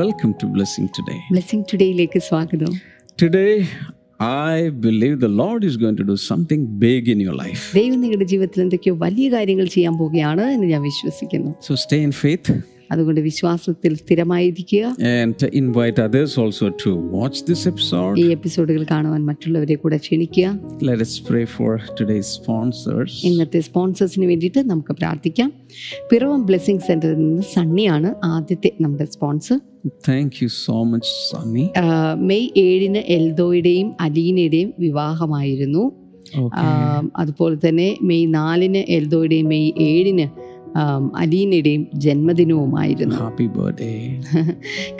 Welcome to Blessing Today. Blessing ടുഡേയിലേക്ക് സ്വാഗതം Today, I believe the Lord is going to do something big in your life. ദൈവം നിങ്ങളുടെ ജീവിതത്തിൽ എന്തൊക്കെയോ വലിയ കാര്യങ്ങൾ ചെയ്യാൻ പോവുകയാണ് എന്ന് ഞാൻ വിശ്വസിക്കുന്നു So stay in faith അതുകൊണ്ട് വിശ്വാസത്തിൽ സ്ഥിരമായിരിക്കുക and invite others also to watch this episode. ഈ എപ്പിസോഡുകൾ കാണുവാൻ മറ്റുള്ളവരെ കൂടെ ക്ഷണിക്കുക Let us pray for today's sponsors. ഇന്നത്തെ സ്പോൺസേഴ്സിന് വേണ്ടിയിട്ട് നമുക്ക് പ്രാർത്ഥിക്കാം പിറവം ബ്ലെസ്സിങ് സെൻ്ററിൽ നിന്ന് സണ്ണിയാണ് ആദ്യത്തെ നമ്മുടെ sponsor Thank you so much, Sunny. ആ, മെയ് ഏഴിന് എൽദോയുടെയും അലീനയുടെയും വിവാഹമായിരുന്നു Okay. ആം, അതുപോലെ തന്നെ മെയ് നാലിന് എൽദോയുടെയും മെയ് ഏഴിന് ആം, അലീനയുടെയും ജന്മദിനവുമായിരുന്നു Happy birthday.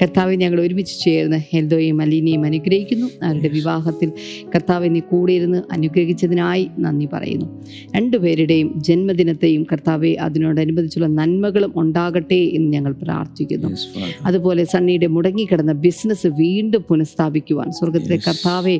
കർത്താവ് ഞങ്ങൾ ഒരുമിച്ച് ചേർന്ന് ഹെൽദോയെയും അലീനയും അനുഗ്രഹിക്കുന്നു അവരുടെ വിവാഹത്തിൽ കർത്താവ് നീ കൂടെ ഇരുന്ന് അനുഗ്രഹിച്ചതിനായി നന്ദി പറയുന്നു രണ്ടുപേരുടെയും ജന്മദിനത്തെയും കർത്താവെ അതിനോടനുബന്ധിച്ചുള്ള നന്മകളും ഉണ്ടാകട്ടെ എന്ന് ഞങ്ങൾ പ്രാർത്ഥിക്കുന്നു Yes, Father. അതുപോലെ സണ്ണിയുടെ മുടങ്ങിക്കിടന്ന ബിസിനസ് വീണ്ടും പുനഃസ്ഥാപിക്കുവാൻ സ്വർഗത്തിലെ Yes. കർത്താവെ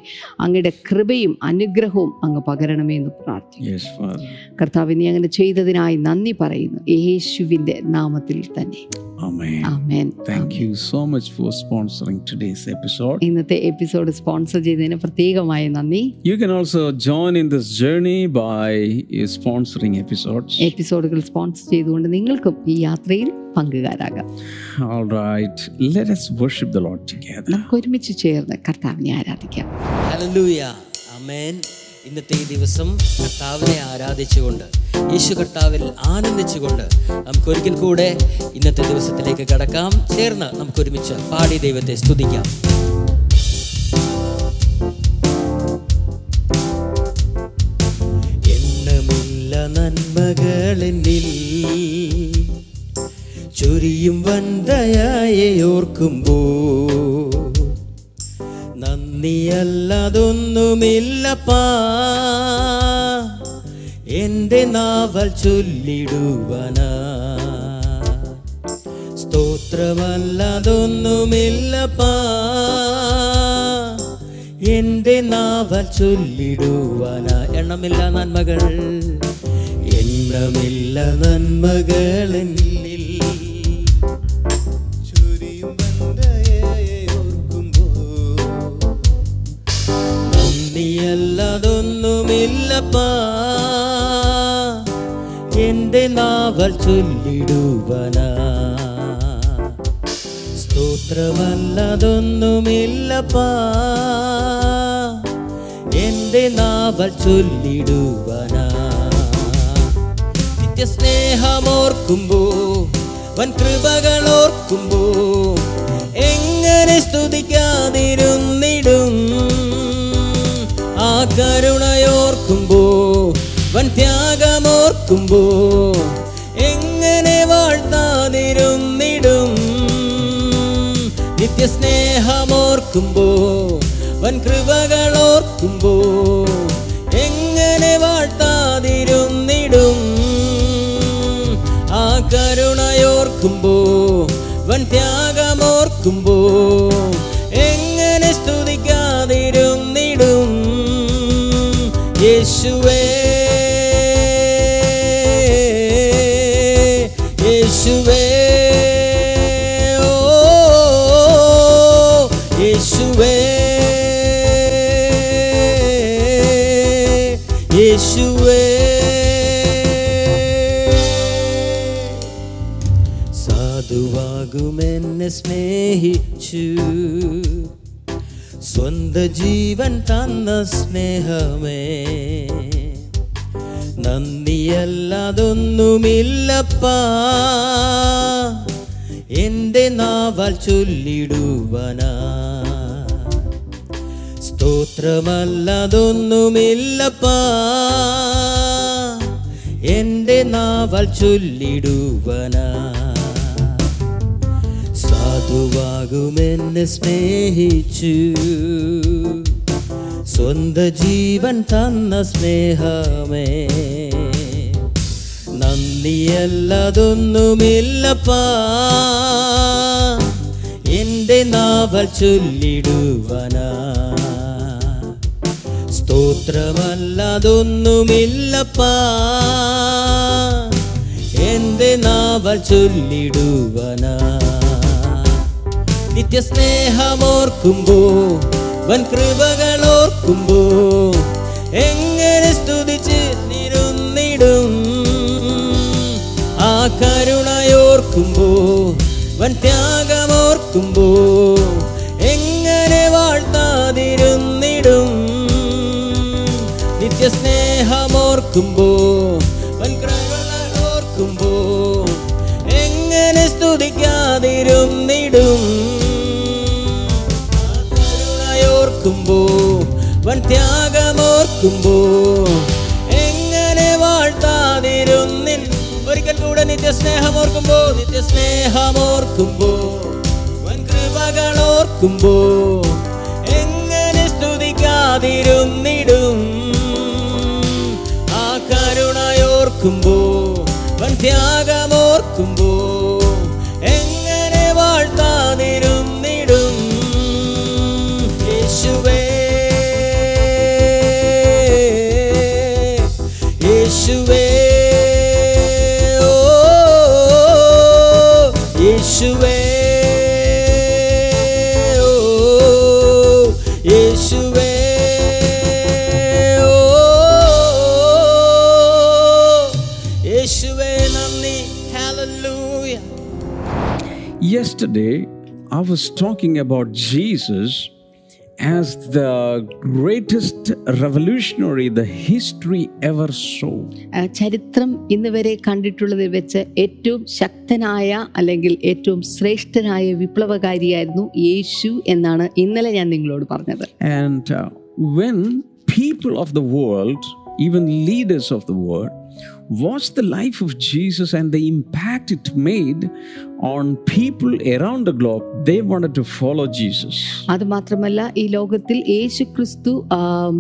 അങ്ങയുടെ കൃപയും അനുഗ്രഹവും അങ്ങ് പകരണമേ എന്ന് പ്രാർത്ഥിക്കുന്നു Yes, Father. കർത്താവ് നീ അങ്ങനെ ചെയ്തതിനായി നന്ദി പറയുന്നു യേശുവിൻ്റെ നാമത്തിൽ തന്നെ Amen. ആമേൻ Thank you so much for sponsoring today's episode. ഇന്നത്തെ എപ്പിസോഡ് സ്പോൺസർ ചെയ്തതിന് പ്രത്യേകമായി നന്ദി You can also join in this journey by uh, sponsoring episodes. എപ്പിസോഡുകൾ സ്പോൺസർ ചെയ്തുകൊണ്ട് നിങ്ങൾക്കും ഈ യാത്രയിൽ പങ്കുകാരാകാം All right, let us worship the Lord together. നമുക്ക് ഒരുമിച്ച് ചേർന്ന് കർത്താവിനെ ആരാധിക്കാം ഹലലൂയ അമേൻ ഇന്നത്തെ ഈ ദിവസം കർത്താവിനെ ആരാധിച്ചുകൊണ്ട് യേശു കർത്താവിൽ ആനന്ദിച്ചുകൊണ്ട് നമുക്ക് ഒരിക്കൽ കൂടെ ഇന്നത്തെ ദിവസത്തിലേക്ക് കടക്കാം ചേർന്ന് നമുക്ക് ഒരുമിച്ച് പാടി ദൈവത്തെ സ്തുതിക്കാം എണ്ണമില്ല നന്മകളെന്നിൽ ചൊരിയും വന്തയായെ ഓർക്കുമ്പോൾ നന്ദിയല്ലതൊന്നുമില്ലപ്പാ എൻ്റെ നാവൽ ചൊല്ലിടുവനാ സ്തോത്രമല്ലതൊന്നുമില്ലപ്പാ എൻ്റെ നാവൽ ചൊല്ലിടുവനാ എണ്ണമില്ല നന്മകൾ എണ്ണമില്ല നന്മകൾ എന്നിൽ ചുരിയും വന്ദയയെ ഓർക്കുമ്പോൾ നന്ദിയല്ലതൊന്നുമില്ലപ്പാ എൻ്റെ നാവൽ ചൊല്ലിടുവനാ സ്തോത്രമല്ലതൊന്നുമില്ലപ്പാ എൻ്റെ നാവൽ ചൊല്ലിടുവനാ നിത്യസ്നേഹമോർക്കുമ്പോ വൻ കൃപകളോർക്കുമ്പോ എങ്ങനെ സ്തുതിക്കാതിരുന്നിടും ആ കരുണയോർക്കുമ്പോ വൻ ത്യാഗമോർക്കുമ്പോ എങ്ങനെ വാഴ്ത്താതിരുന്നിടും നിത്യസ്നേഹമോർക്കുമ്പോ വൻ കൃപകളോർക്കുമ്പോ എങ്ങനെ വാഴ്ത്താതിരുന്നിടും ആ കരുണയോർക്കുമ്പോ വൻ ത്യാഗമോർക്കുമ്പോ എങ്ങനെ സ്തുതിക്കാതിരുന്നിടും യേശുവേ യേശുവേ ഓ യേശുവേ യേശുവേ സാധുവാകുമെന്നെ സ്നേഹിച്ചു സ്വന്ത ജീവൻ തന്ന സ്നേഹമേ നന്ദിയല്ലതൊന്നുമില്ലപ്പാ എൻ്റെ നാവാൽ ചൊല്ലിടുവനാ സ്തോത്രമല്ലതൊന്നുമില്ലപ്പാ എൻ്റെ നാവൽ ചൊല്ലിടുവനാ സാധുവാകുമെന്നെ സ്നേഹിച്ചു സ്വന്ത ജീവൻ തന്ന സ്നേഹമേ നന്ദിയല്ലതൊന്നുമില്ലപ്പാ എൻ്റെ നാവൽ ചൊല്ലിടുവനാ സ്തോത്രമല്ലതൊന്നുമില്ലപ്പാ എൻ്റെ നാവൽ ചൊല്ലിടുവനാ നിത്യസ്നേഹമോർക്കുമ്പോ വൻ കൃപകളോർക്കുമ്പോ എങ്ങനെ സ്തുതിച്ച് നിരുന്നിടും ആ കരുണയോർക്കുമ്പോ വൻ ത്യാഗമോർക്കുമ്പോ എങ്ങനെ വാഴ്ത്താതിരുന്നിടും നിത്യസ്നേഹമോർക്കുമ്പോ വൻ കൃപകളോർക്കുമ്പോ എങ്ങനെ സ്തുതിക്കാതിരുന്നിടും കരുണയോർക്കുമ്പോ വൻ ത്യാഗമോർക്കുമ്പോ എങ്ങനെ വാഴ്ത്താതിരുന്നിൽ ഒരിക്കൽ കൂടെ നിത്യസ്നേഹമോർക്കുമ്പോ നിത്യസ്നേഹമോർക്കുമ്പോ വൻ കൃപകളോർക്കുമ്പോ എങ്ങനെ സ്തുതിക്കാതിരുന്നിടും ആ കരുണയോർക്കുമ്പോ വൻ ത്യാഗമോർക്കുമ്പോ എങ്ങനെ വാഴ്ത്താതിരുന്നിടും യേശുവേ യേശുവേ ഓ യേശുവേ ഓ oh, യേശുവേ ഓ oh, യേശുവേ നന്ദി hallelujah Yesterday, I was talking about Jesus as the greatest revolutionary the history ever saw. ആ, ചരിത്രം ഇന്ന് വരെ കണ്ടിട്ടുള്ളതിൽ വെച്ച് ഏറ്റവും ശക്തനായ അല്ലെങ്കിൽ ഏറ്റവും ശ്രേഷ്ഠനായ വിപ്ലവകാരിയായിരുന്നു യേശു എന്നാണ് ഇന്നലെ ഞാൻ നിങ്ങളോട് പറഞ്ഞത് And uh, when people of the world, even leaders of the world, watched the life of Jesus and the impact it made on people around the globe, they wanted to follow Jesus. അതുമാത്രമല്ല ഈ ലോകത്തിൽ യേശു ക്രിസ്തു ആം,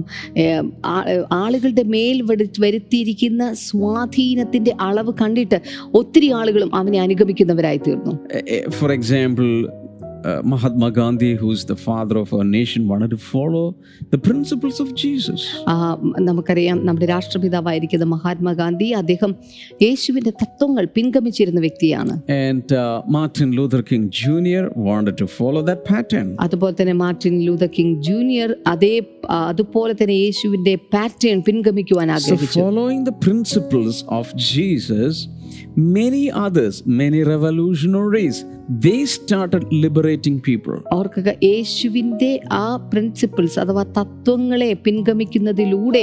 ഏം, ആ- ആളുകളുടെ മേൽ വടി- വരുത്തിയിരിക്കുന്ന സ്വാധീനത്തിന്റെ അളവ് കണ്ടിട്ട് ഒത്തിരി ആളുകളും അവനെ അനുഗമിക്കുന്നവരായി തീർന്നു Eh, eh, For example, uh, Mahatma Gandhi, who is the father of our nation, wanted to follow the principles of Jesus. ആ, നമുക്കറിയാം നമ്മുടെ രാഷ്ട്രപിതാവായിരിക്കുന്ന മഹാത്മാഗാന്ധി അദ്ദേഹം യേശുവിന്റെ തത്വങ്ങൾ പിൻഗമിച്ചിരുന്ന വ്യക്തിയാണ് And uh, Martin Luther King Jr. wanted to follow that pattern. അതുപോലെ തന്നെ Martin Luther King Junior അതേ ആ, അതുപോലെ തന്നെ യേശുവിന്റെ പാറ്റേൺ പിൻഗമിക്കുവാൻ So, ആഗ്രഹിച്ചു following the principles of Jesus, many others, many revolutionaries, they started liberating people. ഓർക്കുക യേശുവിൻ്റെ ആ പ്രിൻസിപ്പിൾസ് അഥവാ തത്വങ്ങളെ പിൻഗമിക്കുന്നതിലൂടെ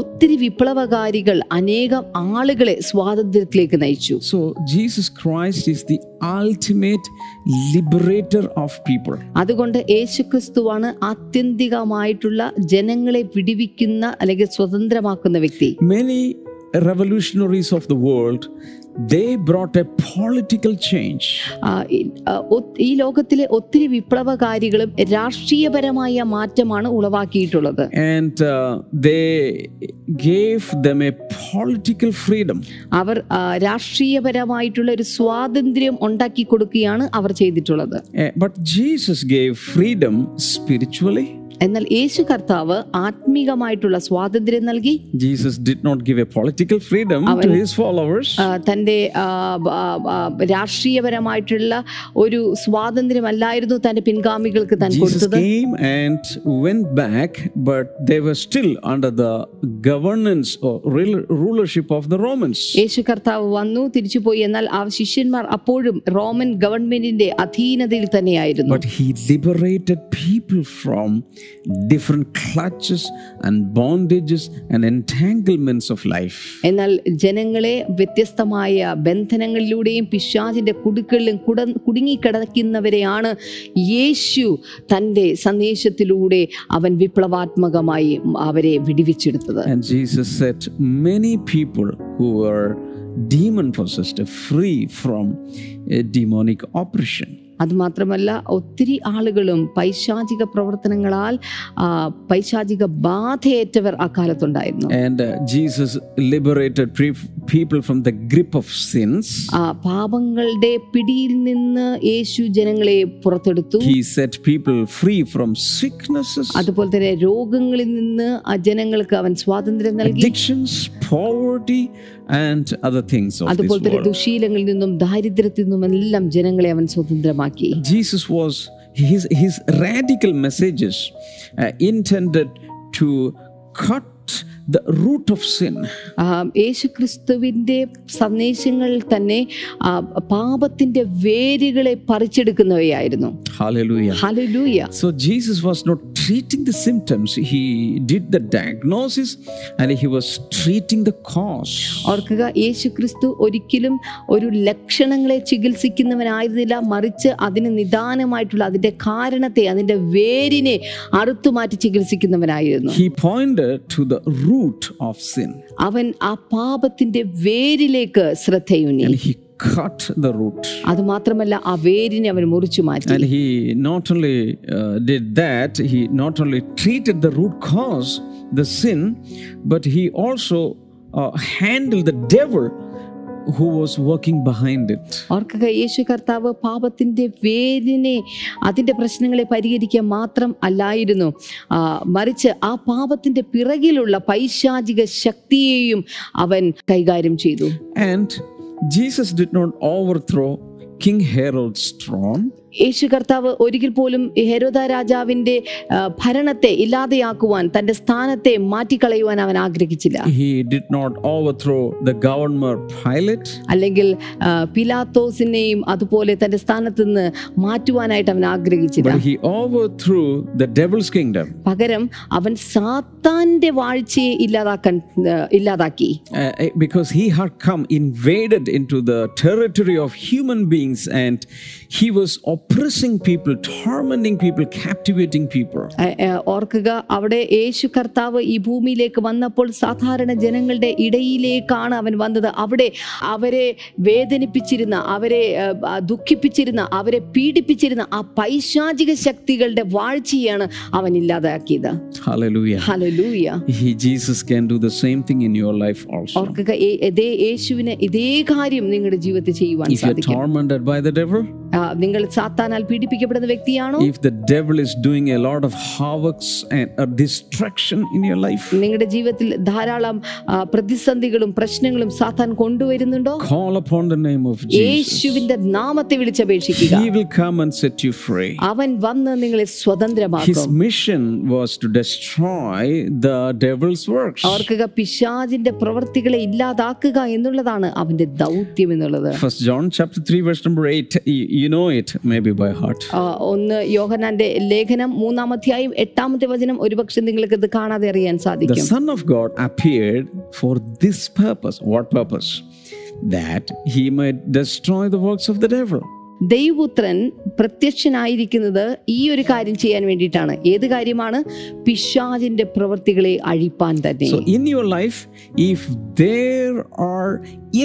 ഒത്തിരി വിപ്ലവകാരികൾ അനേകം ആളുകളെ സ്വാതന്ത്ര്യത്തിലേക്ക് നയിച്ചു So, Jesus Christ is the ultimate liberator of people. അതുകൊണ്ട് യേശുക്രിസ്തുവാണ് ആത്യന്തികമായിട്ടുള്ള ജനങ്ങളെ വിടിവിക്കുന്ന അല്ലെങ്കിൽ സ്വതന്ത്രമാക്കുന്ന വ്യക്തി Many revolutionaries of the world, they brought a political change. ആ, ഈ- ആ, ഒ- ഈ ലോകത്തിലെ ഒത്തിരി വിപ്ലവകാരികളും രാഷ്ട്രീയപരമായ മാറ്റമാണ് ഉളവാക്കിയിട്ടുള്ളത് And uh, they gave them a political freedom. അവർ ആ, രാഷ്ട്രീയപരമായിട്ടുള്ള ഒരു സ്വാതന്ത്ര്യം ഉണ്ടാക്കി കൊടുക്കുകയാണ് അവർ ചെയ്തിട്ടുള്ളത് Eh, but Jesus gave freedom spiritually. എന്നാൽ യേശു കർത്താവ് ആത്മീകമായിട്ടുള്ള സ്വാതന്ത്ര്യം നൽകി Jesus did not give a political freedom to his followers. ആ, തൻ്റെ ആ, ബ- ആ, ആ, രാഷ്ട്രീയപരമായിട്ടുള്ള ഒരു സ്വാതന്ത്ര്യമല്ലായിരുന്നു തൻ്റെ പിൻഗാമികൾക്ക് താൻ Jesus കൊടുത്തത് came and went back, but they were still under the governance or rul- rulership of the Romans. യേശു കർത്താവ് വന്നു തിരിച്ചുപോയി എന്നാൽ ആ ശിഷ്യന്മാർ അപ്പോഴും റോമൻ ഗവൺമെന്റിന്റെ അധീനതയിൽ തന്നെയായിരുന്നു But he liberated people from different clutches and bondages and entanglements of life. എന്നാൽ ജനങ്ങളെ വ്യത്യസ്തമായ ബന്ധനങ്ങളിലൂടെയും പിശാചിന്റെ കുടുക്കളിലും കുട കുടുങ്ങിക്കിടക്കുന്നവരെയാണ് യേശു തൻ്റെ സന്ദേശത്തിലൂടെ അവൻ വിപ്ലവാത്മകമായി അവരെ വിടിവിച്ചെടുത്തത് And Jesus set many people who were demon possessed free from a demonic oppression. അതുമാത്രമല്ല ഒത്തിരി ആളുകളും പൈശാചിക പ്രവർത്തനങ്ങളാൽ ആ, പൈശാചിക ബാധയേറ്റവർ ആ കാലത്തുണ്ടായിരുന്നു And uh, Jesus liberated pre- people from the grip of sins. ആ പാപങ്ങളുടെ പിടിയിൽ നിന്ന് യേശു ജനങ്ങളെ പുറത്തെടുത്തു He set people free from sicknesses, അതുപോലെ തന്നെ രോഗങ്ങളിൽ നിന്ന് ആ ജനങ്ങൾക്ക് അവൻ സ്വാതന്ത്ര്യം നൽകി addictions, poverty, and other things of this അതുപോലെ തന്നെ world. ദുശീലങ്ങളിൽ നിന്നും ദാരിദ്ര്യത്തിൽ നിന്നും എല്ലാം ജനങ്ങളെ അവൻ സ്വതന്ത്രമാക്കി Jesus was his, his radical messages uh, intended to cut the root of sin. ആ, യേശുക്രിസ്തുവിൻ്റെ സന്ദേശങ്ങളിൽ തന്നെ ആ, പാപത്തിന്റെ വേരുകളെ പറിച്ചെടുക്കുന്നവയായിരുന്നു Hallelujah. ഹലലൂയ So Jesus was not treating the symptoms, he did the diagnosis and he was treating the cause. ഓർക്കുക യേശുക്രിസ്തു ഒരിക്കലും ഒരു ലക്ഷണങ്ങളെ ചികിത്സിക്കുന്നവനായിരുന്നില്ല മറിച്ച് അതിന് നിദാനമായിട്ടുള്ള അതിൻ്റെ കാരണത്തെ അതിൻ്റെ വേരിനെ അറുത്തു മാറ്റി ചികിത്സിക്കുന്നവനായിരുന്നു He pointed to the root of sin അവൻ ആ പാപത്തിന്റെ വേരിലേക്ക് ശ്രദ്ധയൂന്നി and he cut the root. അത് മാത്രമല്ല ആ വേരിനെ അവൻ മുറിച്ചു മാറ്റി And he not only uh, did that, he not only treated the root cause, the sin, but he also uh, handled the devil who was working behind it. ഓർക്കുക യേശു കർത്താവ് പാപത്തിന്റെ വേരിനെ അതിന്റെ പ്രശ്നങ്ങളെ പരിഹരിക്കുക മാത്രം അല്ലായിരുന്നു ആ, മറിച്ച് ആ പാപത്തിന്റെ പിറകിലുള്ള പൈശാചിക ശക്തിയെയും അവൻ കൈകാര്യം ചെയ്തു And Jesus did not overthrow King Herod's throne. യേശു കർത്താവ് ഒരിക്കൽ പോലും ഹെരോദ രാജാവിന്റെ ആ, ഭരണത്തെ ഇല്ലാതെയാക്കുവാൻ തന്റെ സ്ഥാനത്തെ മാറ്റിക്കളയുവാൻ അവൻ ആഗ്രഹിച്ചില്ല He did not overthrow the governor Pilate. അല്ലെങ്കിൽ ആ, പിലാത്തോസിനെയും അതുപോലെ തന്റെ സ്ഥാനത്ത് നിന്ന് മാറ്റുവാനായിട്ട് അവൻ ആഗ്രഹിച്ചില്ല But he overthrew the devil's kingdom. പകരം അവൻ സാത്താന്റെ വാഴ്ചയെ ഇല്ലാതാക്കാൻ ആ, ഇല്ലാതാക്കി Uh, because he had come invaded into the territory of human beings and he was oppressing people tormenting people captivating people ആ, ആ, ഓർക്കുക അവിടെ യേശു കർത്താവ് ഈ ഭൂമിയിലേക്ക് വന്നപ്പോൾ സാധാരണ ജനങ്ങളുടെ ഇടയിലേക്കാണ് അവൻ വന്നത് അവിടെ അവരെ വേദനിപ്പിച്ചിരുന്ന അവരെ ആ, ആ, ദുഃഖിപ്പിച്ചിരുന്ന അവരെ പീഡിപ്പിച്ചിരുന്ന ആ പൈശാചിക ശക്തികളുടെ വാഴ്ചയാണ് അവൻ ഇല്ലാതാക്കിയത് hallelujah hallelujah he, jesus can do the same thing in your life also ഓർക്കുക ഏ- ഇതേ യേശുവിന് ഇതേ കാര്യം നിങ്ങളുടെ ജീവിതത്തിൽ ചെയ്യുവാൻ if you're സാധിക്കും tormented by the devil ആ, നിങ്ങൾ സാത്താനാൽ പീഡിപ്പിക്കപ്പെടുന്ന വ്യക്തിയാണോ if the devil is doing a lot of havocs and uh, destruction in your life നിങ്ങളുടെ ജീവിതത്തിൽ ധാരാളം ആ, പ്രതിസന്ധികളും പ്രശ്നങ്ങളും സാത്താൻ കൊണ്ടുവരുന്നുണ്ടോ call upon the name of jesus യേശുവിന്റെ നാമത്തെ വിളിച്ചപേക്ഷിക്കുക he will come and set you free അവൻ വന്ന് നിങ്ങളെ his സ്വതന്ത്രമാക്കും mission was to destroy the devil's works ഓർക്കുക പിശാചിന്റെ പ്രവർത്തികളെ ഇല്ലാതാക്കുക എന്നുള്ളതാണ് അവന്റെ ദൗത്യം എന്നുള്ളത് First John chapter 3 verse number 8 you, you know it maybe by heart ആ, ഒന്ന് യോഹനാന്റെ ലേഖനം മൂന്നാം അധ്യായം എട്ടാമത്തെ വചനം ഒരുപക്ഷെ നിങ്ങൾക്ക് ഇത് കാണാതെ അറിയാൻ the സാധിക്കും son of god appeared for this purpose what purpose that he might destroy the works of the devil ദൈവപുത്രൻ പ്രത്യക്ഷനായിരിക്കുന്നത് ഈ ഒരു കാര്യം ചെയ്യാൻ വേണ്ടിയിട്ടാണ് ഏത് കാര്യമാണ് പിശാചിന്റെ പ്രവർത്തികളെ അഴിപ്പാൻ തന്നെ so in your life if there are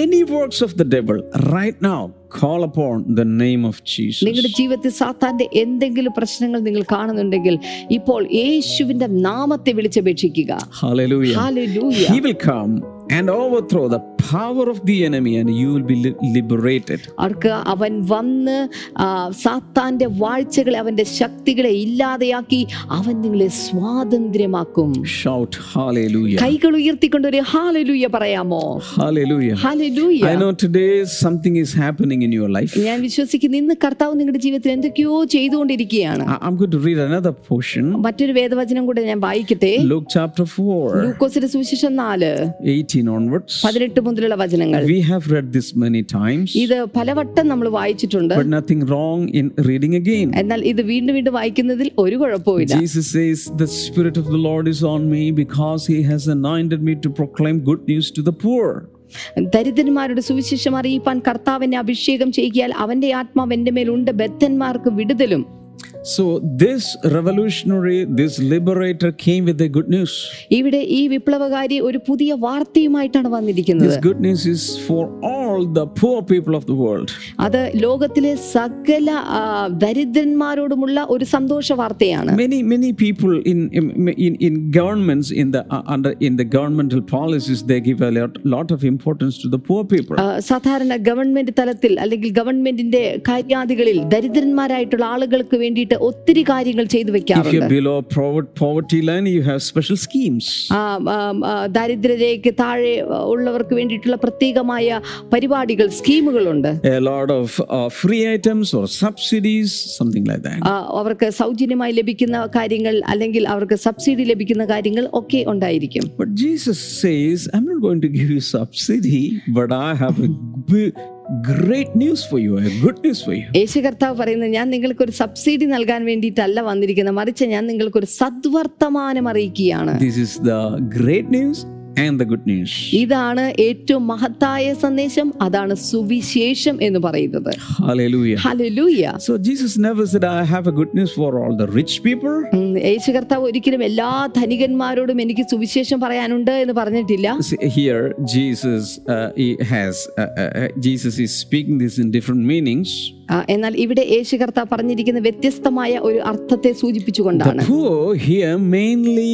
any works of the devil right now call upon the name of jesus നിങ്ങളുടെ ജീവിതത്തിൽ സാത്താന്റെ എന്തെങ്കിലും പ്രശ്നങ്ങൾ നിങ്ങൾ കാണുന്നുണ്ടെങ്കിൽ ഇപ്പോൾ യേശുവിന്റെ നാമത്തെ വിളിച്ചപേക്ഷിക്കുക hallelujah ഹല്ലേലൂയ. he will come and overthrow the power of the enemy and you will be li- liberated അവർക്ക് അവൻ വന്ന് ആ, സാത്താന്റെ വാഴ്ചകളെ അവന്റെ ശക്തികളെ ഇല്ലാതെയാക്കി അവൻ നിങ്ങളെ സ്വാതന്ത്ര്യമാക്കും shout hallelujah കൈകൾ ഉയർത്തിക്കൊണ്ട് ഒരു ഹാലലൂയ പറയാമോ hallelujah ഹാലലൂയ I know today something is happening in your life. ഞാൻ വിശ്വസിക്കുന്നു ഇന്ന് കർത്താവ് നിങ്ങളുടെ ജീവിതത്തിൽ എന്തൊക്കെയോ ചെയ്തുകൊണ്ടിരിക്കുകയാണ് I- I'm going to read another portion. മറ്റൊരു വേദവചനം കൂടെ ഞാൻ വായിക്കട്ടെ Luke chapter 4, ലൂക്കോസിന്റെ സുവിശേഷം നാല് 18 onwards. പതിനെട്ട് മുതലുള്ള വചനങ്ങൾ We have read this many times, ഇത് പലവട്ടം നമ്മൾ വായിച്ചിട്ടുണ്ട് but nothing wrong in reading again. എന്നാൽ ഇത് വീണ്ടും വീണ്ടും വായിക്കുന്നതിൽ ഒരു കുഴപ്പമില്ല Jesus says, The Spirit of the Lord is on me because He has anointed me to proclaim good news to the poor. ദരിദ്രന്മാരുടെ സുവിശേഷം അറിയിപ്പാൻ കർത്താവിനെ അഭിഷേകം ചെയ്യുകയാൽ അവന്റെ ആത്മാവ് എന്റെ മേലുണ്ട് ബദ്ധന്മാർക്ക് വിടുതലും So, this revolutionary, this liberator came with the good news. ഇവിടെ ഈ വിപ്ലവകാരി ഒരു പുതിയ വാർത്തയുമായിട്ടാണ് This വന്നിരിക്കുന്നത് good news is for all the poor people of the world. അത് ലോകത്തിലെ സകല ആ, ദരിദ്രന്മാരോടുമുള്ള ഒരു സന്തോഷ വാർത്തയാണ് many many people in in in governments in the uh, under in the governmental policies they give a lot, lot of importance to the poor people ആ, സാധാരണ government തലത്തിൽ അല്ലെങ്കിൽ ഗവൺമെന്റിന്റെ കാര്യാദികളിൽ ദരിദ്രന്മാരായിട്ടുള്ള ആളുകൾക്ക് വേണ്ടി വേണ്ടിയിട്ട് ഒത്തിരി കാര്യങ്ങൾ ചെയ്തു If you're വെക്കാറുണ്ട് below pover- poverty line, you have special schemes. ആ, ആ, ആ, ദാരിദ്ര്യരേഖയ്ക്ക് താഴെ ആ, ഉള്ളവർക്ക് വേണ്ടിയിട്ടുള്ള പ്രത്യേകമായ പരിപാടികൾ സ്കീമുകളുണ്ട് A lot of uh, free items or subsidies, something like that. ആ, അവർക്ക് സൗജന്യമായി ലഭിക്കുന്ന കാര്യങ്ങൾ അല്ലെങ്കിൽ അവർക്ക് സബ്സിഡി ലഭിക്കുന്ന കാര്യങ്ങൾ ഒക്കെ ഉണ്ടായിരിക്കും But Jesus says, I'm not going to give you subsidy, but I have a b- great news for you, a good news for you. യേശു കർത്താവ് പറയുന്നത് ഞാൻ നിങ്ങൾക്കൊരു സബ്സിഡി നൽകാൻ വേണ്ടിയിട്ടല്ല വന്നിരിക്കുന്നത് മറിച്ച് ഞാൻ നിങ്ങൾക്കൊരു സദ്വർത്തമാനം അറിയിക്കുകയാണ് This is the great news and the good news. ഇതാണ് ഏറ്റവും മഹത്തായ സന്ദേശം അതാണ് സുവിശേഷം എന്ന് പറയുന്നത് Hallelujah. ഹലലൂയ So Jesus never said, I have a good news for all the rich people. ഉം, യേശു കർത്താവ് ഒരിക്കലും എല്ലാ ധനികന്മാരോടും എനിക്ക് സുവിശേഷം പറയാനുണ്ട് എന്ന് പറഞ്ഞിട്ടില്ല See, Here, Jesus uh, he has uh, uh, uh, Jesus is speaking this in different meanings. ആ, എന്നാൽ ഇവിടെ യേശു കർത്താവ് പറഞ്ഞിരിക്കുന്ന വ്യത്യസ്തമായ ഒരു അർത്ഥത്തെ The സൂചിപ്പിച്ചുകൊണ്ടാണ് poor here mainly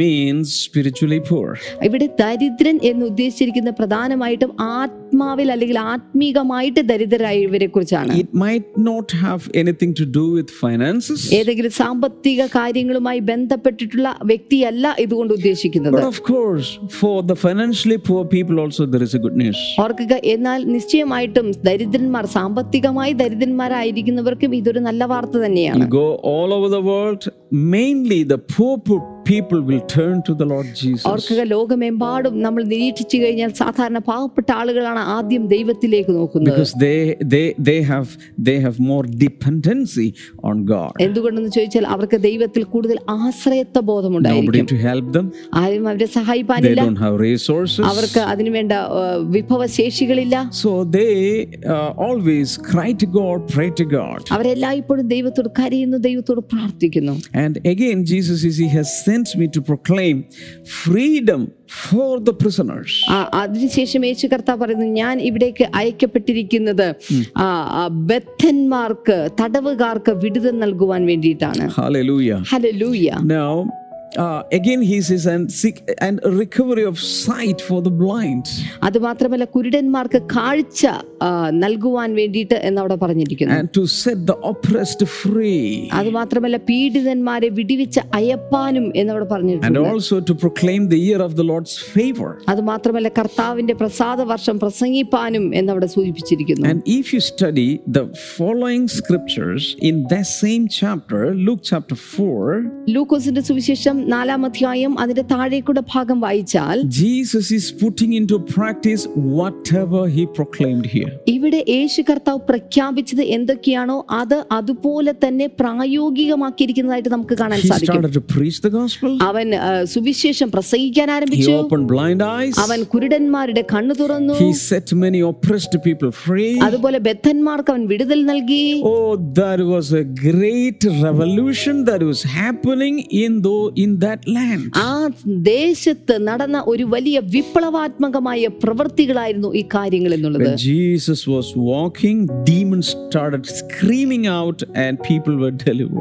means spiritually poor. ഇവിടെ ദരിദ്രൻ എന്ന് ഉദ്ദേശിച്ചിരിക്കുന്ന പ്രധാനമായിട്ടും ആത്മാവിൽ അല്ലെങ്കിൽ ആത്മീകമായിട്ട് ദരിദ്രരായവരെ കുറിച്ചാണ് It might not have anything to do with finances, ഏതെങ്കിലും സാമ്പത്തിക കാര്യങ്ങളുമായി ബന്ധപ്പെട്ടിട്ടുള്ള വ്യക്തിയല്ല ഇതുകൊണ്ട് ഉദ്ദേശിക്കുന്നത് but of course, for the financially poor people also there is a good news. ഓർക്കുക എന്നാൽ നിശ്ചയമായിട്ടും ദരിദ്രന്മാർ സാമ്പത്തികമായി ദരിദ്രന്മാരായിരിക്കുന്നവർക്കും ഇതൊരു നല്ല വാർത്ത തന്നെയാണ് You go all over the world, mainly the poor, poor people will turn to the Lord Jesus. ഓർക്കുക ലോകമെമ്പാടും നമ്മൾ നിരീക്ഷിച്ചു കഴിഞ്ഞാൽ സാധാരണ പാവപ്പെട്ട ആളുകളാണ് ആദ്യം ദൈവത്തിലേക്ക് നോക്കുന്നത് Because they they they have they have more dependency on God. എന്തുകൊണ്ടെന്ന് ചോദിച്ചാൽ അവർക്ക് ദൈവത്തിൽ കൂടുതൽ ആശ്രയത്വ Nobody ബോധമുണ്ടായിരിക്കും to help them. ആരും അവരെ they സഹായിപ്പാനില്ല don't have resources അവർക്ക് അതിനുവേണ്ട ആ, വിഭവശേഷികളില്ല so they uh, always cry to god pray to god അവരെല്ലായ്പ്പോഴും ദൈവത്തോട് കരയുന്നു ദൈവത്തോട് പ്രാർത്ഥിക്കുന്നു and again jesus is he has sent me to proclaim freedom for the prisoners ആ, അതിനുശേഷം യേശു കർത്താവ് പറയുന്നു ഞാൻ ഇവിടേക്ക് അയക്കപ്പെട്ടിരിക്കുന്നത് ആ, ആ, ബദ്ധന്മാർക്ക് തടവുകാർക്ക് വിടുതൽ നൽകുവാൻ വേണ്ടിയിട്ടാണ് hallelujah hallelujah now uh, again he says and seek and recovery of sight for the blind അതുമാത്രമല്ല കുരുടന്മാർക്ക് കാഴ്ച ആ, നൽകുവാൻ വേണ്ടിയിട്ട് എന്നവിടെ പറഞ്ഞിരിക്കുന്നു and to set the oppressed free അതുമാത്രമല്ല പീഡിതന്മാരെ വിടിവിച്ച് അയപ്പാനും എന്നവിടെ and പറഞ്ഞിട്ടുണ്ട് also to proclaim the year of the lord's favor അതുമാത്രമല്ല കർത്താവിന്റെ പ്രസാദ വർഷം പ്രസംഗിപ്പാനും എന്നവിടെ സൂചിപ്പിച്ചിരിക്കുന്നു And if you study the following scriptures in that same chapter, Luke chapter 4, ലൂക്കോസിന്റെ സുവിശേഷം നാലാം അധ്യായം അതിന്റെ താഴേക്കൂടെ ഭാഗം വായിച്ചാൽ Jesus is putting into practice whatever he proclaimed here. ഇവിടെ യേശു കർത്താവ് പ്രഖ്യാപിച്ചത് എന്തൊക്കെയാണോ അത് അതുപോലെ തന്നെ പ്രായോഗികമാക്കിയിരിക്കുന്നതായിട്ട് നമുക്ക് കാണാൻ He സാധിക്കും started to preach the gospel, അവൻ ആ, സുവിശേഷം പ്രസംഗിക്കാൻ he ആരംഭിച്ചു opened blind eyes, അവൻ കുരുടന്മാരുടെ കണ്ണു തുറന്നു he set many oppressed people free. അതുപോലെ ബദ്ധന്മാർക്ക് അവൻ വിടുതൽ നൽകി Oh, there was a great revolution that was happening in though in that land. ആ ദേശത്ത് നടന്ന ഒരു വലിയ വിപ്ലവാത്മകമായ പ്രവൃത്തികളായിരുന്നു ഈ കാര്യങ്ങൾ എന്നുള്ളത് When Jesus was walking, demons started screaming out and people were delivered.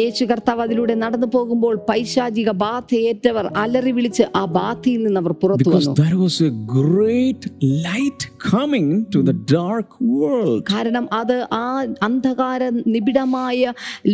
യേശു കർത്താവ് അതിലൂടെ നടന്നു പോകുമ്പോൾ പൈശാചിക ബാധയേറ്റവർ അലറി വിളിച്ച് ആ ബാധയിൽ നിന്ന് അവർ പുറത്തു Because വന്നു there was a great light coming to the dark world. കാരണം അത് ആ അന്ധകാര നിബിഡമായ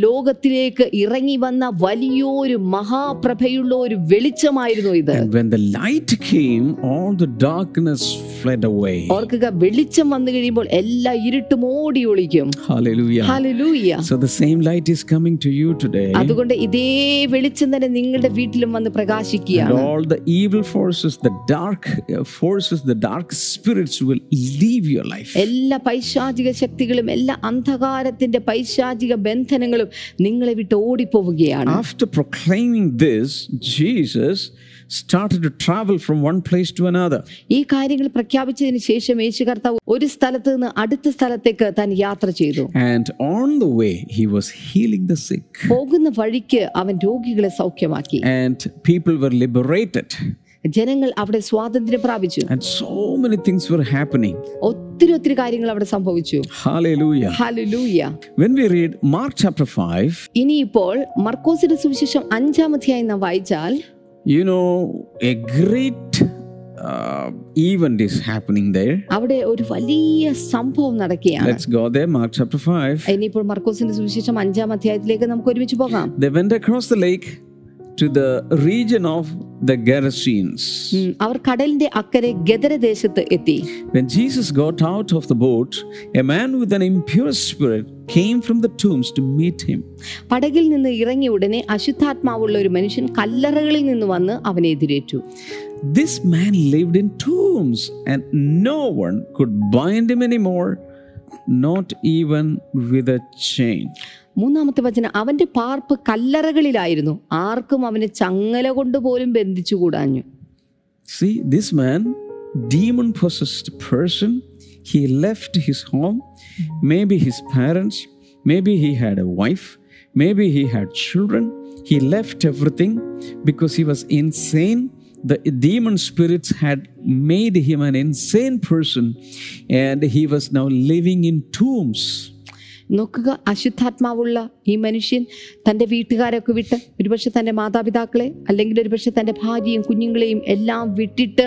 ലോകത്തിലേക്ക് ഇറങ്ങി വന്ന വലിയൊരു മഹാപ്രഭയുള്ള ഒരു വെളിച്ചമായിരുന്നു ഇത് And when the light came, all the darkness fled away. ഓർക്കുക വെളിച്ചം വന്നു കഴിയുമ്പോൾ എല്ലാ ഇരുട്ടും ഓടി ഒളിക്കും Hallelujah. ഹല്ലേലൂയ So the same light is coming to you today. അതുകൊണ്ട് ഇതേ വെളിച്ചം തന്നെ നിങ്ങളുടെ വീട്ടിലും വന്ന് And പ്രകാശിക്കുകയാണ് all the evil forces, the dark uh, forces, the dark spirits will leave your life. എല്ലാ പൈശാചിക ശക്തികളും എല്ലാ അന്ധകാരത്തിന്റെ പൈശാചിക ബന്ധനങ്ങളും നിങ്ങളെ വിട്ട് ഓടിപ്പോവുകയാണ് After proclaiming this, Jesus started to travel from one place to another. ഈ കാര്യങ്ങൾ പ്രഖ്യാപിച്ചതിന് ശേഷം യേശു കർത്താവ് ഒരു സ്ഥലത്ത് നിന്ന് അടുത്ത സ്ഥലത്തേക്ക് താൻ യാത്ര ചെയ്തു And on the way, he was healing the sick. പോകുന്ന വഴിക്ക് അവൻ രോഗികളെ സൗഖ്യമാക്കി and people were liberated ജനങ്ങൾ അവിടെ സ്വാതന്ത്ര്യം പ്രാപിച്ചു and so many things were happening ഒത്തിരി ഒത്തിരി കാര്യങ്ങൾ അവിടെ സംഭവിച്ചു hallelujah ഹല്ലേലൂയ when we read mark chapter 5 ഇനിയിപ്പോൾ മർക്കോസിന്റെ സുവിശേഷം അഞ്ചാമധ്യായി നാം വായിച്ചാൽ you know a great uh, event is happening there. അവിടെ ഒരു വലിയ സംഭവം നടക്കുകയാണ് Let's go there, Mark chapter 5. ഇനിയിപ്പോൾ മർക്കോസിന്റെ സുവിശേഷം അഞ്ചാം അധ്യായത്തിലേക്ക് നമുക്ക് ഒരുമിച്ച് പോകാം They went across the lake to the region of the Gerasenes. ഉം, അവർ കടലിന്റെ അക്കരെ ഗദരദേശത്ത് എത്തി When Jesus got out of the boat, a man with an impure spirit came from the tombs to meet him. പടകിൽ നിന്ന് ഇറങ്ങിയ ഉടനെ അശുദ്ധാത്മാവുള്ള ഒരു മനുഷ്യൻ കല്ലറകളിൽ നിന്ന് വന്ന് അവനെ എതിരേറ്റു This man lived in tombs, and no one could bind him anymore, not even with a chain. മൂന്നാമത്തെ വചനം അവന്റെ പാർപ്പ് കല്ലറകളിലായിരുന്നു ആർക്കും അവനെ ചങ്ങല കൊണ്ട് പോലും ബന്ധിച്ചു കൂടാഞ്ഞു See, this man, demon possessed person, he left his home, maybe his parents, maybe he had a wife, maybe he had children. He left everything because he was insane. The demon spirits had made him an insane person, and he was now living in tombs. നോക്കുക അശുദ്ധാത്മാവുള്ള ഈ മനുഷ്യൻ തൻ്റെ വീട്ടുകാരൊക്കെ വിട്ട് ഒരുപക്ഷെ തൻ്റെ മാതാപിതാക്കളെ അല്ലെങ്കിൽ ഒരുപക്ഷെ തൻ്റെ ഭാര്യയും കുഞ്ഞുങ്ങളെയും എല്ലാം വിട്ടിട്ട്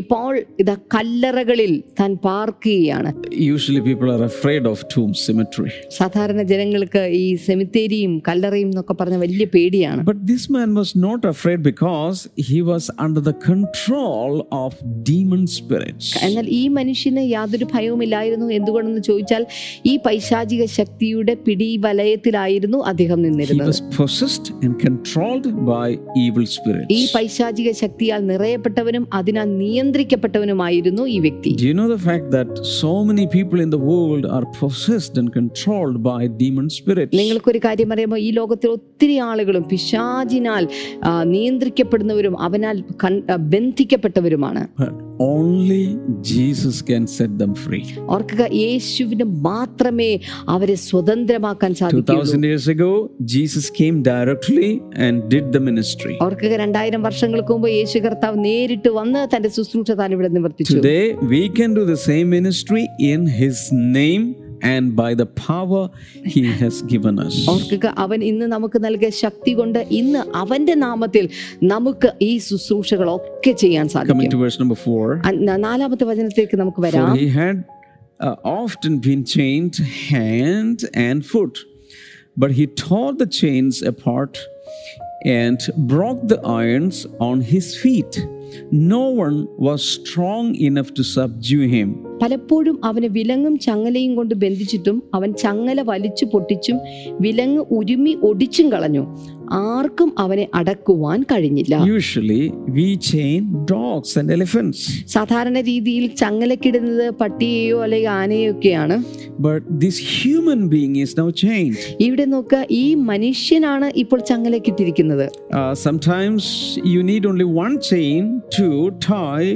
ഇപ്പോൾ ഇതാ കല്ലറകളിൽ താൻ പാർക്കുകയാണ് Usually, people are afraid of tomb cemetery. സാധാരണ ജനങ്ങൾക്ക് ഈ സെമിത്തേരിയും കല്ലറയും എന്നൊക്കെ പറഞ്ഞ വലിയ പേടിയാണ് But this man was not afraid because he was under the control of demon spirits. എന്നാൽ ഈ മനുഷ്യന് യാതൊരു ഭയവുമില്ലായിരുന്നു എന്തുകൊണ്ടെന്ന് ചോദിച്ചാൽ ഈ പൈശാചിക ശക്തിയുടെ പിടി വലയത്തിലായിരുന്നു അദ്ദേഹം He നിന്നിരുന്നത് was possessed and controlled by evil spirits. ഈ പൈശാചിക ശക്തിയാൽ നിറയപ്പെട്ടവനും അതിനാൽ നിയന്ത്രിക്കപ്പെട്ടവനുമായിരുന്നു ഈ വ്യക്തി Do you know the fact that so many people in the world are possessed and controlled by demon spirits? നിങ്ങൾക്കൊരു കാര്യം അറിയുമ്പോൾ ഈ ലോകത്തിൽ ഒത്തിരി ആളുകളും പിശാചിനാൽ ആ, നിയന്ത്രിക്കപ്പെടുന്നവരും അവനാൽ കൺ- ആ, ബന്ധിക്കപ്പെട്ടവരുമാണ് But only Jesus can set them free. ഓർക്കുക യേശുവിന് മാത്രമേ അവരെ സ്വതന്ത്രമാക്കാൻ സാധിക്കൂ 2000 years ago, Jesus came directly and did the ministry. ഓർക്കുക രണ്ടായിരം വർഷങ്ങൾക്ക് മുമ്പ് യേശു കർത്താവ് നേരിട്ട് വന്ന് തന്റെ ശുശ്രൂഷ താൻ ഇവിടെ നിവർത്തിച്ചു Today, we can do the same ministry in His name and by the power He has given us. ഓർക്കുക അവൻ ഇന്ന് നമുക്ക് നൽകിയ ശക്തി കൊണ്ട് ഇന്ന് അവന്റെ നാമത്തിൽ നമുക്ക് ഈ ശുശ്രൂഷകളൊക്കെ ചെയ്യാൻ Coming സാധിക്കും to verse number 4. അ- ന- നാലാമത്തെ വചനത്തിലേക്ക് നമുക്ക് വരാം For he had uh, often been chained hand and foot, but he tore the chains apart and broke the irons on his feet. No one was strong enough to subdue him. പലപ്പോഴും അവനെ വിലങ്ങും ചങ്ങലയും കൊണ്ട് ബന്ധിച്ചിട്ടും അവൻ ചങ്ങല വലിച്ചു പൊട്ടിച്ചും വിലങ്ങ് ഉരുമി ഒടിച്ചും കളഞ്ഞു ആർക്കും അവനെ അടക്കുവാൻ കഴിഞ്ഞില്ല Usually, we chain dogs and elephants, സാധാരണ രീതിയിൽ ചങ്ങലക്കിടുന്നത് പട്ടിയെയോ അല്ലെങ്കിൽ ആനയോ ഒക്കെയാണ് but this human being is now chained. ഇവിടെ നോക്കുക ഈ മനുഷ്യനാണ് ഇപ്പോൾ ചങ്ങലക്കിട്ടിരിക്കുന്നത് Uh, sometimes you need only one chain to tie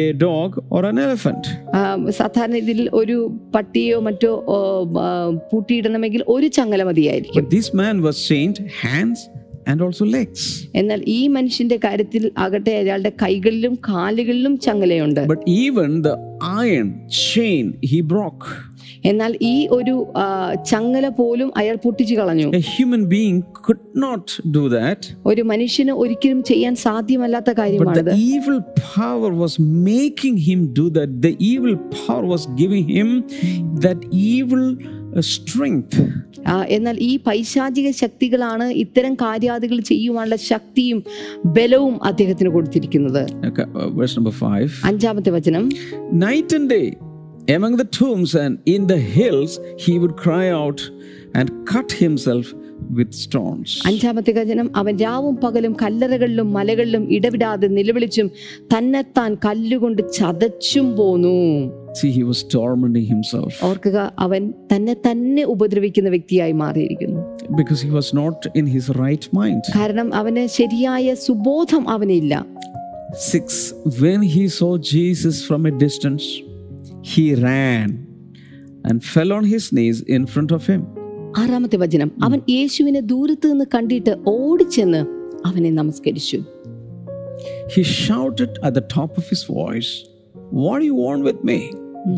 a dog or an elephant. ആ, സാധാരണ ഇതിൽ ഒരു പട്ടിയോ മറ്റോ ഓ, ആ, പൂട്ടിയിടണമെങ്കിൽ ഒരു ചങ്ങല മതിയായിരിക്കും But this man was chained hands and also legs. എന്നാൽ ഈ മനുഷ്യന്റെ കാര്യത്തിൽ ആകട്ടെ അയാളുടെ കൈകളിലും കാലുകളിലും ചങ്ങലയുണ്ട് But even the iron chain he broke. എന്നാൽ ഈ ഒരു ആ, ചങ്ങല പോലും അയാൾ പൊട്ടിച്ചു കളഞ്ഞു A human being could not do that. ഒരു മനുഷ്യന് ഒരിക്കലും ചെയ്യാൻ സാധ്യമല്ലാത്ത But കാര്യമാണിത് the evil power was making him do that. The evil power was giving him that evil uh, strength. ആ, എന്നാൽ ഈ പൈശാചിക ശക്തികളാണ് ഇത്തരം കാര്യാദികൾ ചെയ്യുവാനുള്ള ശക്തിയും ബലവും അദ്ദേഹത്തിന് കൊടുത്തിരിക്കുന്നത് Okay, uh, verse number five. അഞ്ചാമത്തെ വചനം Night and day, among the tombs and in the hills, he would cry out and cut himself with stones. അഞ്ചാമത്തെ വചനം അവൻ രാവും പകലും കല്ലറകളിലും മലകളിലും ഇടവിടാതെ നിലവിളിച്ചും തന്നെത്താൻ കല്ലുകൊണ്ട് ചതച്ചും പോന്നു See, he was tormenting himself ഓർക്കുക അവൻ തന്നെ തന്നെ ഉപദ്രവിക്കുന്ന വ്യക്തിയായി മാറിയിരിക്കുന്നു because he was not in his right mind. കാരണം അവന് ശരിയായ സുബോധം അവനില്ല Six, when he saw Jesus from a distance, he ran and fell on his knees in front of him. ആറാമത്തെ വചനം അവൻ യേശുവിനെ ദൂരത്ത് നിന്ന് കണ്ടിട്ട് ഓടിച്ചെന്ന് അവനെ നമസ്കരിച്ചു He shouted at the top of his voice, What do you want with me?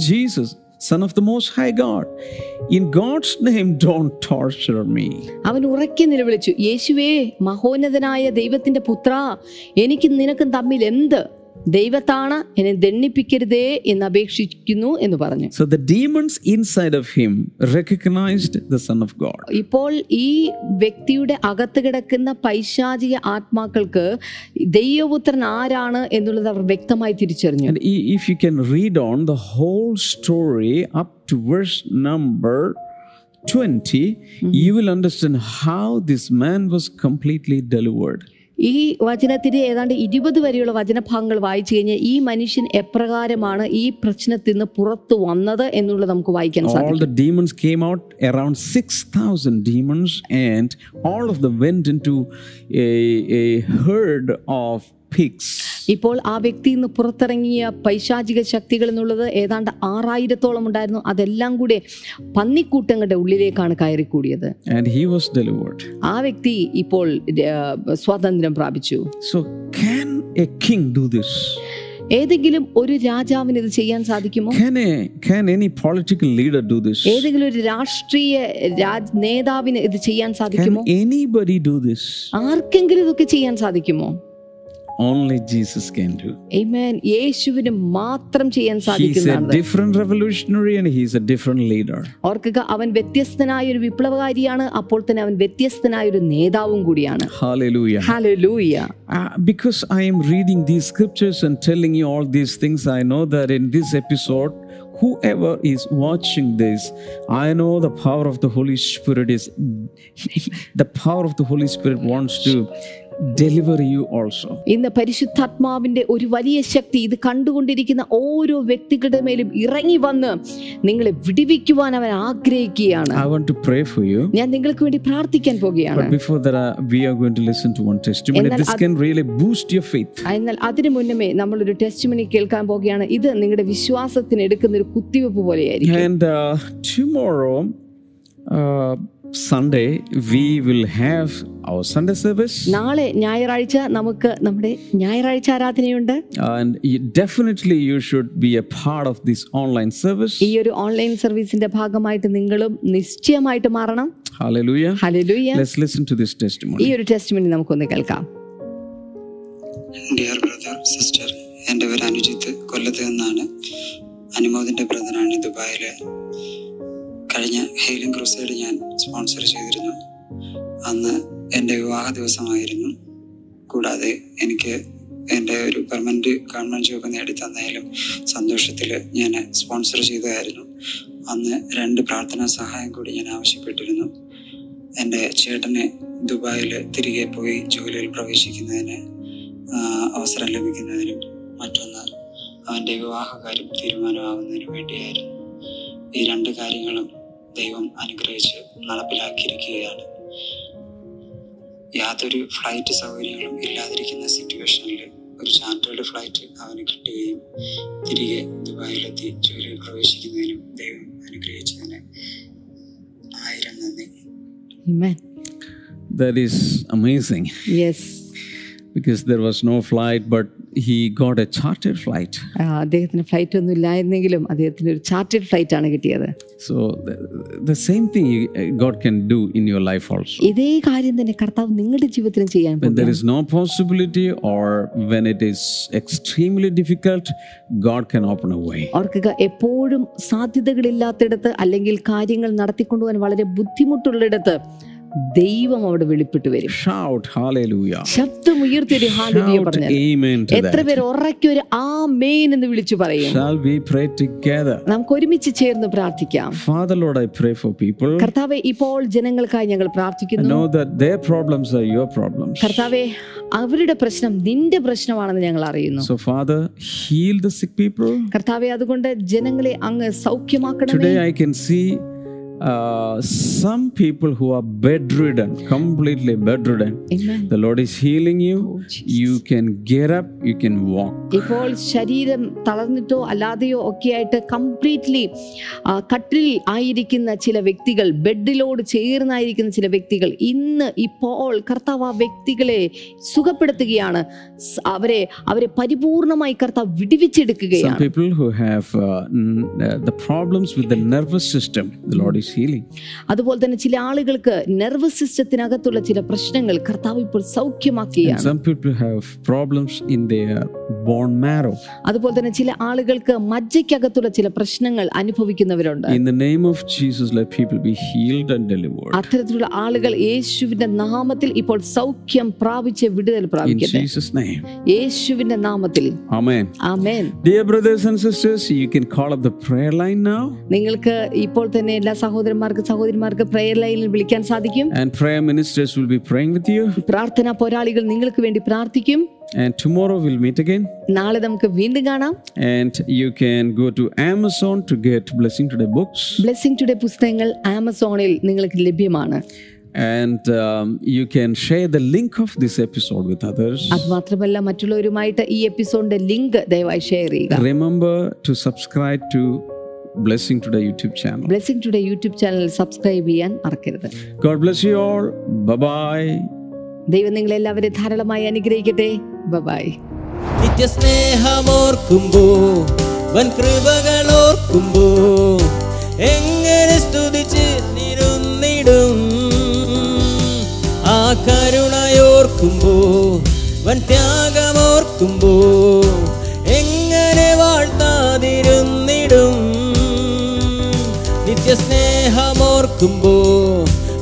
Jesus, Son of the Most High God, in God's name, don't torture me. അവൻ ഉറക്കെ നിലവിളിച്ചു യേശുവേ മഹോന്നതനായ ദൈവത്തിന്റെ പുത്ര എനിക്ക് നിനക്കും തമ്മിൽ എന്ത് ദൈവത്താണ് എന്നെ ദണ്ണിപ്പിക്കരുതേ എന്ന് അപേക്ഷിക്കുന്നു എന്ന് പറഞ്ഞു So the demons inside of him recognized the Son of God. ഇപ്പോൾ ഈ വ്യക്തിയുടെ അകത്ത് കിടക്കുന്ന പൈശാചിക ആത്മാക്കൾക്ക് ദൈവപുത്രൻ ആരാണ് എന്നുള്ളത് അവർ വ്യക്തമായി തിരിച്ചറിഞ്ഞു And i- if you can read on the whole story up to verse number 20, you will understand how this man was completely delivered. ഈ വചനത്തിന്റെ ഏതാണ്ട് ഇരുപത് വരെയുള്ള വചനഭാഗങ്ങൾ വായിച്ചു കഴിഞ്ഞാൽ ഈ മനുഷ്യൻ എപ്രകാരമാണ് ഈ പ്രശ്നത്തിൽ നിന്ന് പുറത്തു വന്നത് എന്നുള്ളത് നമുക്ക് വായിക്കാൻ സാധിക്കും All the demons came out, around 6,000 demons, and all of them went into a, a herd of pigs. ഇപ്പോൾ ആ വ്യക്തി ഇന്ന് പുറത്തിറങ്ങിയ പൈശാചിക ശക്തികൾ എന്നുള്ളത് ഏതാണ്ട് ആറായിരത്തോളം ഉണ്ടായിരുന്നു അതെല്ലാം കൂടെ പന്നിക്കൂട്ടങ്ങളുടെ ഉള്ളിലേക്കാണ് കയറിക്കൂടിയത് And he was delivered. ആ വ്യക്തി ഇപ്പോൾ ആ, സ്വാതന്ത്ര്യം പ്രാപിച്ചു So, can a king do this? ഏതെങ്കിലും ഒരു രാജാവിന് ഇത് ചെയ്യാൻ സാധിക്കുമോ Can a can any political leader do this? ഏതെങ്കിലും ഒരു രാഷ്ട്രീയ രാജ് നേതാവിന് ഇത് ചെയ്യാൻ സാധിക്കുമോ Can anybody do this? ആർക്കെങ്കിലും ഇതൊക്കെ ചെയ്യാൻ സാധിക്കുമോ Only Jesus can do. Amen യേശുവിന് മാത്രം ചെയ്യാൻ He's a സാധിക്കുന്നതാണ് different revolutionary and he's a different leader. ഓർക്കുക അവൻ വ്യത്യസ്തനായ ഒരു വിപ്ലവകാരിയാണ് അപ്പോൾ തന്നെ അവൻ വ്യത്യസ്തനായ ഒരു നേതാവും കൂടിയാണ് Hallelujah. ഹല്ലേലൂയ Uh, because I am reading these scriptures and telling you all these things, I know that in this episode, whoever is watching this, I know the power of the Holy Spirit is, the power of the Holy Spirit wants to deliver you also. ഇന്ന് പരിശുദ്ധാത്മാവിന്റെ ഒരു വലിയ ശക്തി ഇത് കണ്ടുകൊണ്ടിരിക്കുന്ന ഓരോ വ്യക്തികളുടെ മേലും ഇറങ്ങി വന്ന് നിങ്ങളെ വിടിവിക്കുവാൻ അവൻ ആഗ്രഹിക്കുകയാണ് I want to pray for you. ഞാൻ നിങ്ങൾക്ക് വേണ്ടി പ്രാർത്ഥിക്കാൻ പോകുകയാണ് But before that, uh, we are going to listen to one testimony. എന്നാൽ This can really boost your faith. ആ, എന്നാൽ അതിനു മുന്നമേ നമ്മളൊരു ടെസ്റ്റ് മണി കേൾക്കാൻ പോകുകയാണ് ഇത് നിങ്ങളുടെ വിശ്വാസത്തിന് എടുക്കുന്ന ഒരു കുത്തിവെപ്പ് പോലെയായിരിക്കും And uh, tomorrow, uh, Sunday, we will have our Sunday service. നാളെ ഞായറാഴ്ച നമുക്ക് നമ്മുടെ ഞായറാഴ്ച ആരാധനയുണ്ട് And you, definitely, you should be a part of this online service. ഈ ഒരു ഓൺലൈൻ സർവീസിന്റെ ഭാഗമായിട്ട് നിങ്ങളും നിശ്ചയമായിട്ട് മാറണം Hallelujah. ഹല്ലേലൂയ Let's listen to this ഈ testimony. ഒരു ടെസ്റ്റ് മണി നമുക്കൊന്ന് കേൾക്കാം ഡിയർ ബ്രദർ സിസ്റ്റർ എൻ്റെ പേര് അനുജിത്ത് കൊല്ലത്ത് നിന്നാണ് അനുമോദിൻ്റെ ബ്രദറാണ് ദുബായിൽ കഴിഞ്ഞ ഹെയിലിംഗ് ക്രൂസൈഡ് ഞാൻ സ്പോൺസർ ചെയ്തിരുന്നു അന്ന് എൻ്റെ വിവാഹ ദിവസമായിരുന്നു കൂടാതെ എനിക്ക് എൻ്റെ ഒരു പെർമനൻറ്റ് ഗവൺമെൻറ് ജോബ് നേടിത്തന്നതിലും സന്തോഷത്തിൽ ഞാൻ സ്പോൺസർ ചെയ്തതായിരുന്നു അന്ന് രണ്ട് പ്രാർത്ഥനാ സഹായം കൂടി ഞാൻ ആവശ്യപ്പെട്ടിരുന്നു എൻ്റെ ചേട്ടന് ദുബായിൽ തിരികെ പോയി ജോലിയിൽ പ്രവേശിക്കുന്നതിന് ആഹ് അവസരം ലഭിക്കുന്നതിനും മറ്റൊന്ന് അവൻ്റെ വിവാഹകാര്യം തീരുമാനമാകുന്നതിനും വേണ്ടിയായിരുന്നു ഈ രണ്ട് കാര്യങ്ങളും ദൈവം അനുഗ്രഹിച്ച് നടപ്പിലാക്കിയിരിക്കുകയാണ് യാതൊരു ഫ്ലൈറ്റ് സൗകര്യങ്ങളും ഇല്ലാതിരിക്കുന്ന സിറ്റുവേഷനിൽ ഒരു ചാർട്ടേഡ് ഫ്ലൈറ്റ് അവന് കിട്ടുകയും തിരികെ ദുബായിലെത്തി ജോലിയിൽ പ്രവേശിക്കുന്നതിനും ദൈവം അനുഗ്രഹിച്ചതിന് ആയിരം നന്ദി That is amazing yes because there was no flight, but he got a chartered flight. അദ്ദേഹത്തിന് ഫ്ലൈറ്റ് ഒന്നും ഇല്ലായിരുന്നെങ്കിലും അദ്ദേഹത്തിന് ഒരു ചാർട്ടേഡ് ഫ്ലൈറ്റ് ആണ് കിട്ടിയത് So, the, the same thing you- uh, God can do in your life also. ഇതേ കാര്യം തന്നെ കർത്താവ് നിങ്ങളുടെ ജീവിതത്തിലും ചെയ്യാൻ When there പോകുന്നു is no possibility or when it is extremely difficult, God can open a way. ഓർക്കുക എപ്പോഴും സാധ്യതകളില്ലാത്തിടത്ത് അല്ലെങ്കിൽ കാര്യങ്ങൾ നടത്തിക്കൊണ്ടുപോകാൻ വളരെ ബുദ്ധിമുട്ടുള്ളിടത്ത് ദൈവം അവിടെ വെളിപ്പെട്ട് വരും Shout hallelujah. ശബ്ദം ഉയർത്തിയൊരു ഹാലുവിയെ Shout പറഞ്ഞത് amen to എത്ര that. പേര് ഉറക്കൊരു ആ മെയിൻ എന്ന് വിളിച്ചു പറയും Shall we pray together? നമുക്ക് ഒരുമിച്ച് ചേർന്ന് പ്രാർത്ഥിക്കാം Father, Lord, I pray for people. കർത്താവെ ഇപ്പോൾ ജനങ്ങൾക്കായി ഞങ്ങൾ I പ്രാർത്ഥിക്കുന്നു know that their problems are your problems. കർത്താവെ അവരുടെ പ്രശ്നം നിന്റെ പ്രശ്നമാണെന്ന് ഞങ്ങൾ അറിയുന്നു So, Father, heal the sick people. കർത്താവെ അതുകൊണ്ട് ജനങ്ങളെ അങ്ങ് സൗഖ്യമാക്കണമേ Today, I can see uh, some people who are bedridden, completely bedridden. Amen. The Lord is healing you. You can get up, you can walk. ഇപ്പോൾ ശരീരം തളർന്നിട്ടോ അല്ലാതെയോ ഒക്കെയായിട്ട് completely കട്ടിലിൽ ആയിരിക്കുന്ന ചില വ്യക്തികൾ ബെഡിലോട് ചേർന്നായിരിക്കുന്ന ചില വ്യക്തികൾ ഇന്ന് ഇപ്പോൾ കർത്താവ് ആ വ്യക്തികളെ സുഖപ്പെടുത്തുകയാണ് സ് അവരെ അവരെ പരിപൂർണമായി കർത്താവ് Some വിടിവിച്ചെടുക്കുകയാണ് people who have uh, n- uh, the problems with the nervous system, the Lord is is healing. അതുപോലെ തന്നെ ചില ആളുകൾക്ക് നെർവസ് സിസ്റ്റത്തിനകത്തുള്ള ചില പ്രശ്നങ്ങൾ കർത്താവ് ഇപ്പോൾ And സൗഖ്യമാക്കുകയാണ് some people have problems in their bone marrow. അതുപോലെ തന്നെ ചില ആളുകൾക്ക് മജ്ജയ്ക്കകത്തുള്ള ചില പ്രശ്നങ്ങൾ അനുഭവിക്കുന്നവരുണ്ട് In the name of Jesus, let people be healed and delivered. അത്തരത്തിലുള്ള ആളുകൾ യേശുവിന്റെ നാമത്തിൽ ഇപ്പോൾ സൗഖ്യം പ്രാപിച്ച് വിടുതൽ In പ്രാപിക്കട്ടെ Jesus' name. യേശുവിന്റെ നാമത്തിൽ Amen. Amen Dear brothers and sisters, you can call up the prayer line now. നിങ്ങൾക്ക് ഇപ്പോൾ തന്നെ എല്ലാ സഹോദരന്മാർക്ക് സഹോദരിമാർക്ക് പ്രെയർ ലൈനിൽ വിളിക്കാൻ സാധിക്കും And prayer ministers will be praying with you. പ്രാർത്ഥനാ പോരാളികൾ നിങ്ങൾക്ക് വേണ്ടി പ്രാർത്ഥിക്കും And tomorrow we'll meet again. നാളെ നമുക്ക് വീണ്ടും കാണാം And you can go to Amazon to get Blessing Today books. Blessing Today പുസ്തകങ്ങൾ ആമസോണിൽ നിങ്ങൾക്ക് ലഭ്യമാണ് And um, you can share the link of this episode with others. അത് മാത്രമല്ല മറ്റുള്ളവരുമായിട്ട് ഈ എപ്പിസോഡിന്റെ ലിങ്ക് ദയവായി ഷെയർ ചെയ്യുക Remember to subscribe to Blessing Today YouTube channel. Blessing Today YouTube channel subscribe ചെയ്യാൻ മറക്കരുത് God bless you all. Bye bye. ദൈവം നിങ്ങളെല്ലാവരെയും ധാരാളമായി അനുഗ്രഹിക്കട്ടെ ബബായ് നിത്യസ്നേഹമോർക്കുമ്പോ വൻ കൃപകളോർക്കുമ്പോ എങ്ങനെ സ്തുതിച്ച് നിരുന്നിടും ആ കരുണയോർക്കുമ്പോ വൻ ത്യാഗമോർക്കുമ്പോ എങ്ങനെ വാഴ്ത്താതിരുന്നിടും നിത്യസ്നേഹമോർക്കുമ്പോ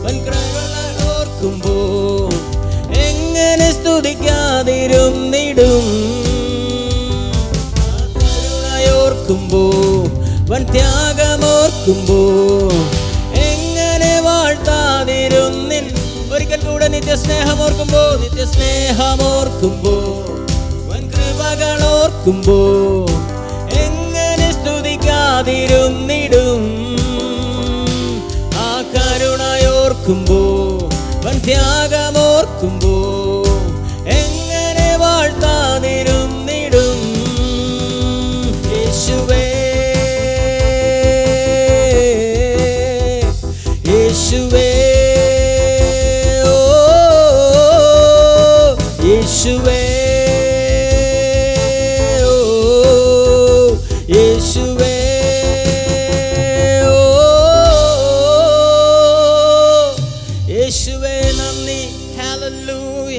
വൻ കൃപകളോർക്കുമ്പോ എങ്ങനെ സ്തുതിക്കാതിരുന്നിടും ആ കരുണയോർക്കുമ്പോ വൻ ത്യാഗമോർക്കുമ്പോ എങ്ങനെ വാഴ്ത്താതിരുന്നിൽ ഒരിക്കൽ കൂടെ നിത്യസ്നേഹമോർക്കുമ്പോ നിത്യസ്നേഹമോർക്കുമ്പോ വൻ കൃപകളോർക്കുമ്പോ എങ്ങനെ സ്തുതിക്കാതിരുന്നിടും ആ കരുണയോർക്കുമ്പോ വൻ ത്യാഗമോർക്കുമ്പോ എങ്ങനെ വാഴ്ത്താതിരുന്നിടും യേശുവേ യേശുവേ ഓ Oh, യേശുവേ ഓ Oh, യേശുവേ ഓ Oh, യേശുവേ നന്ദി ഹാലൂയ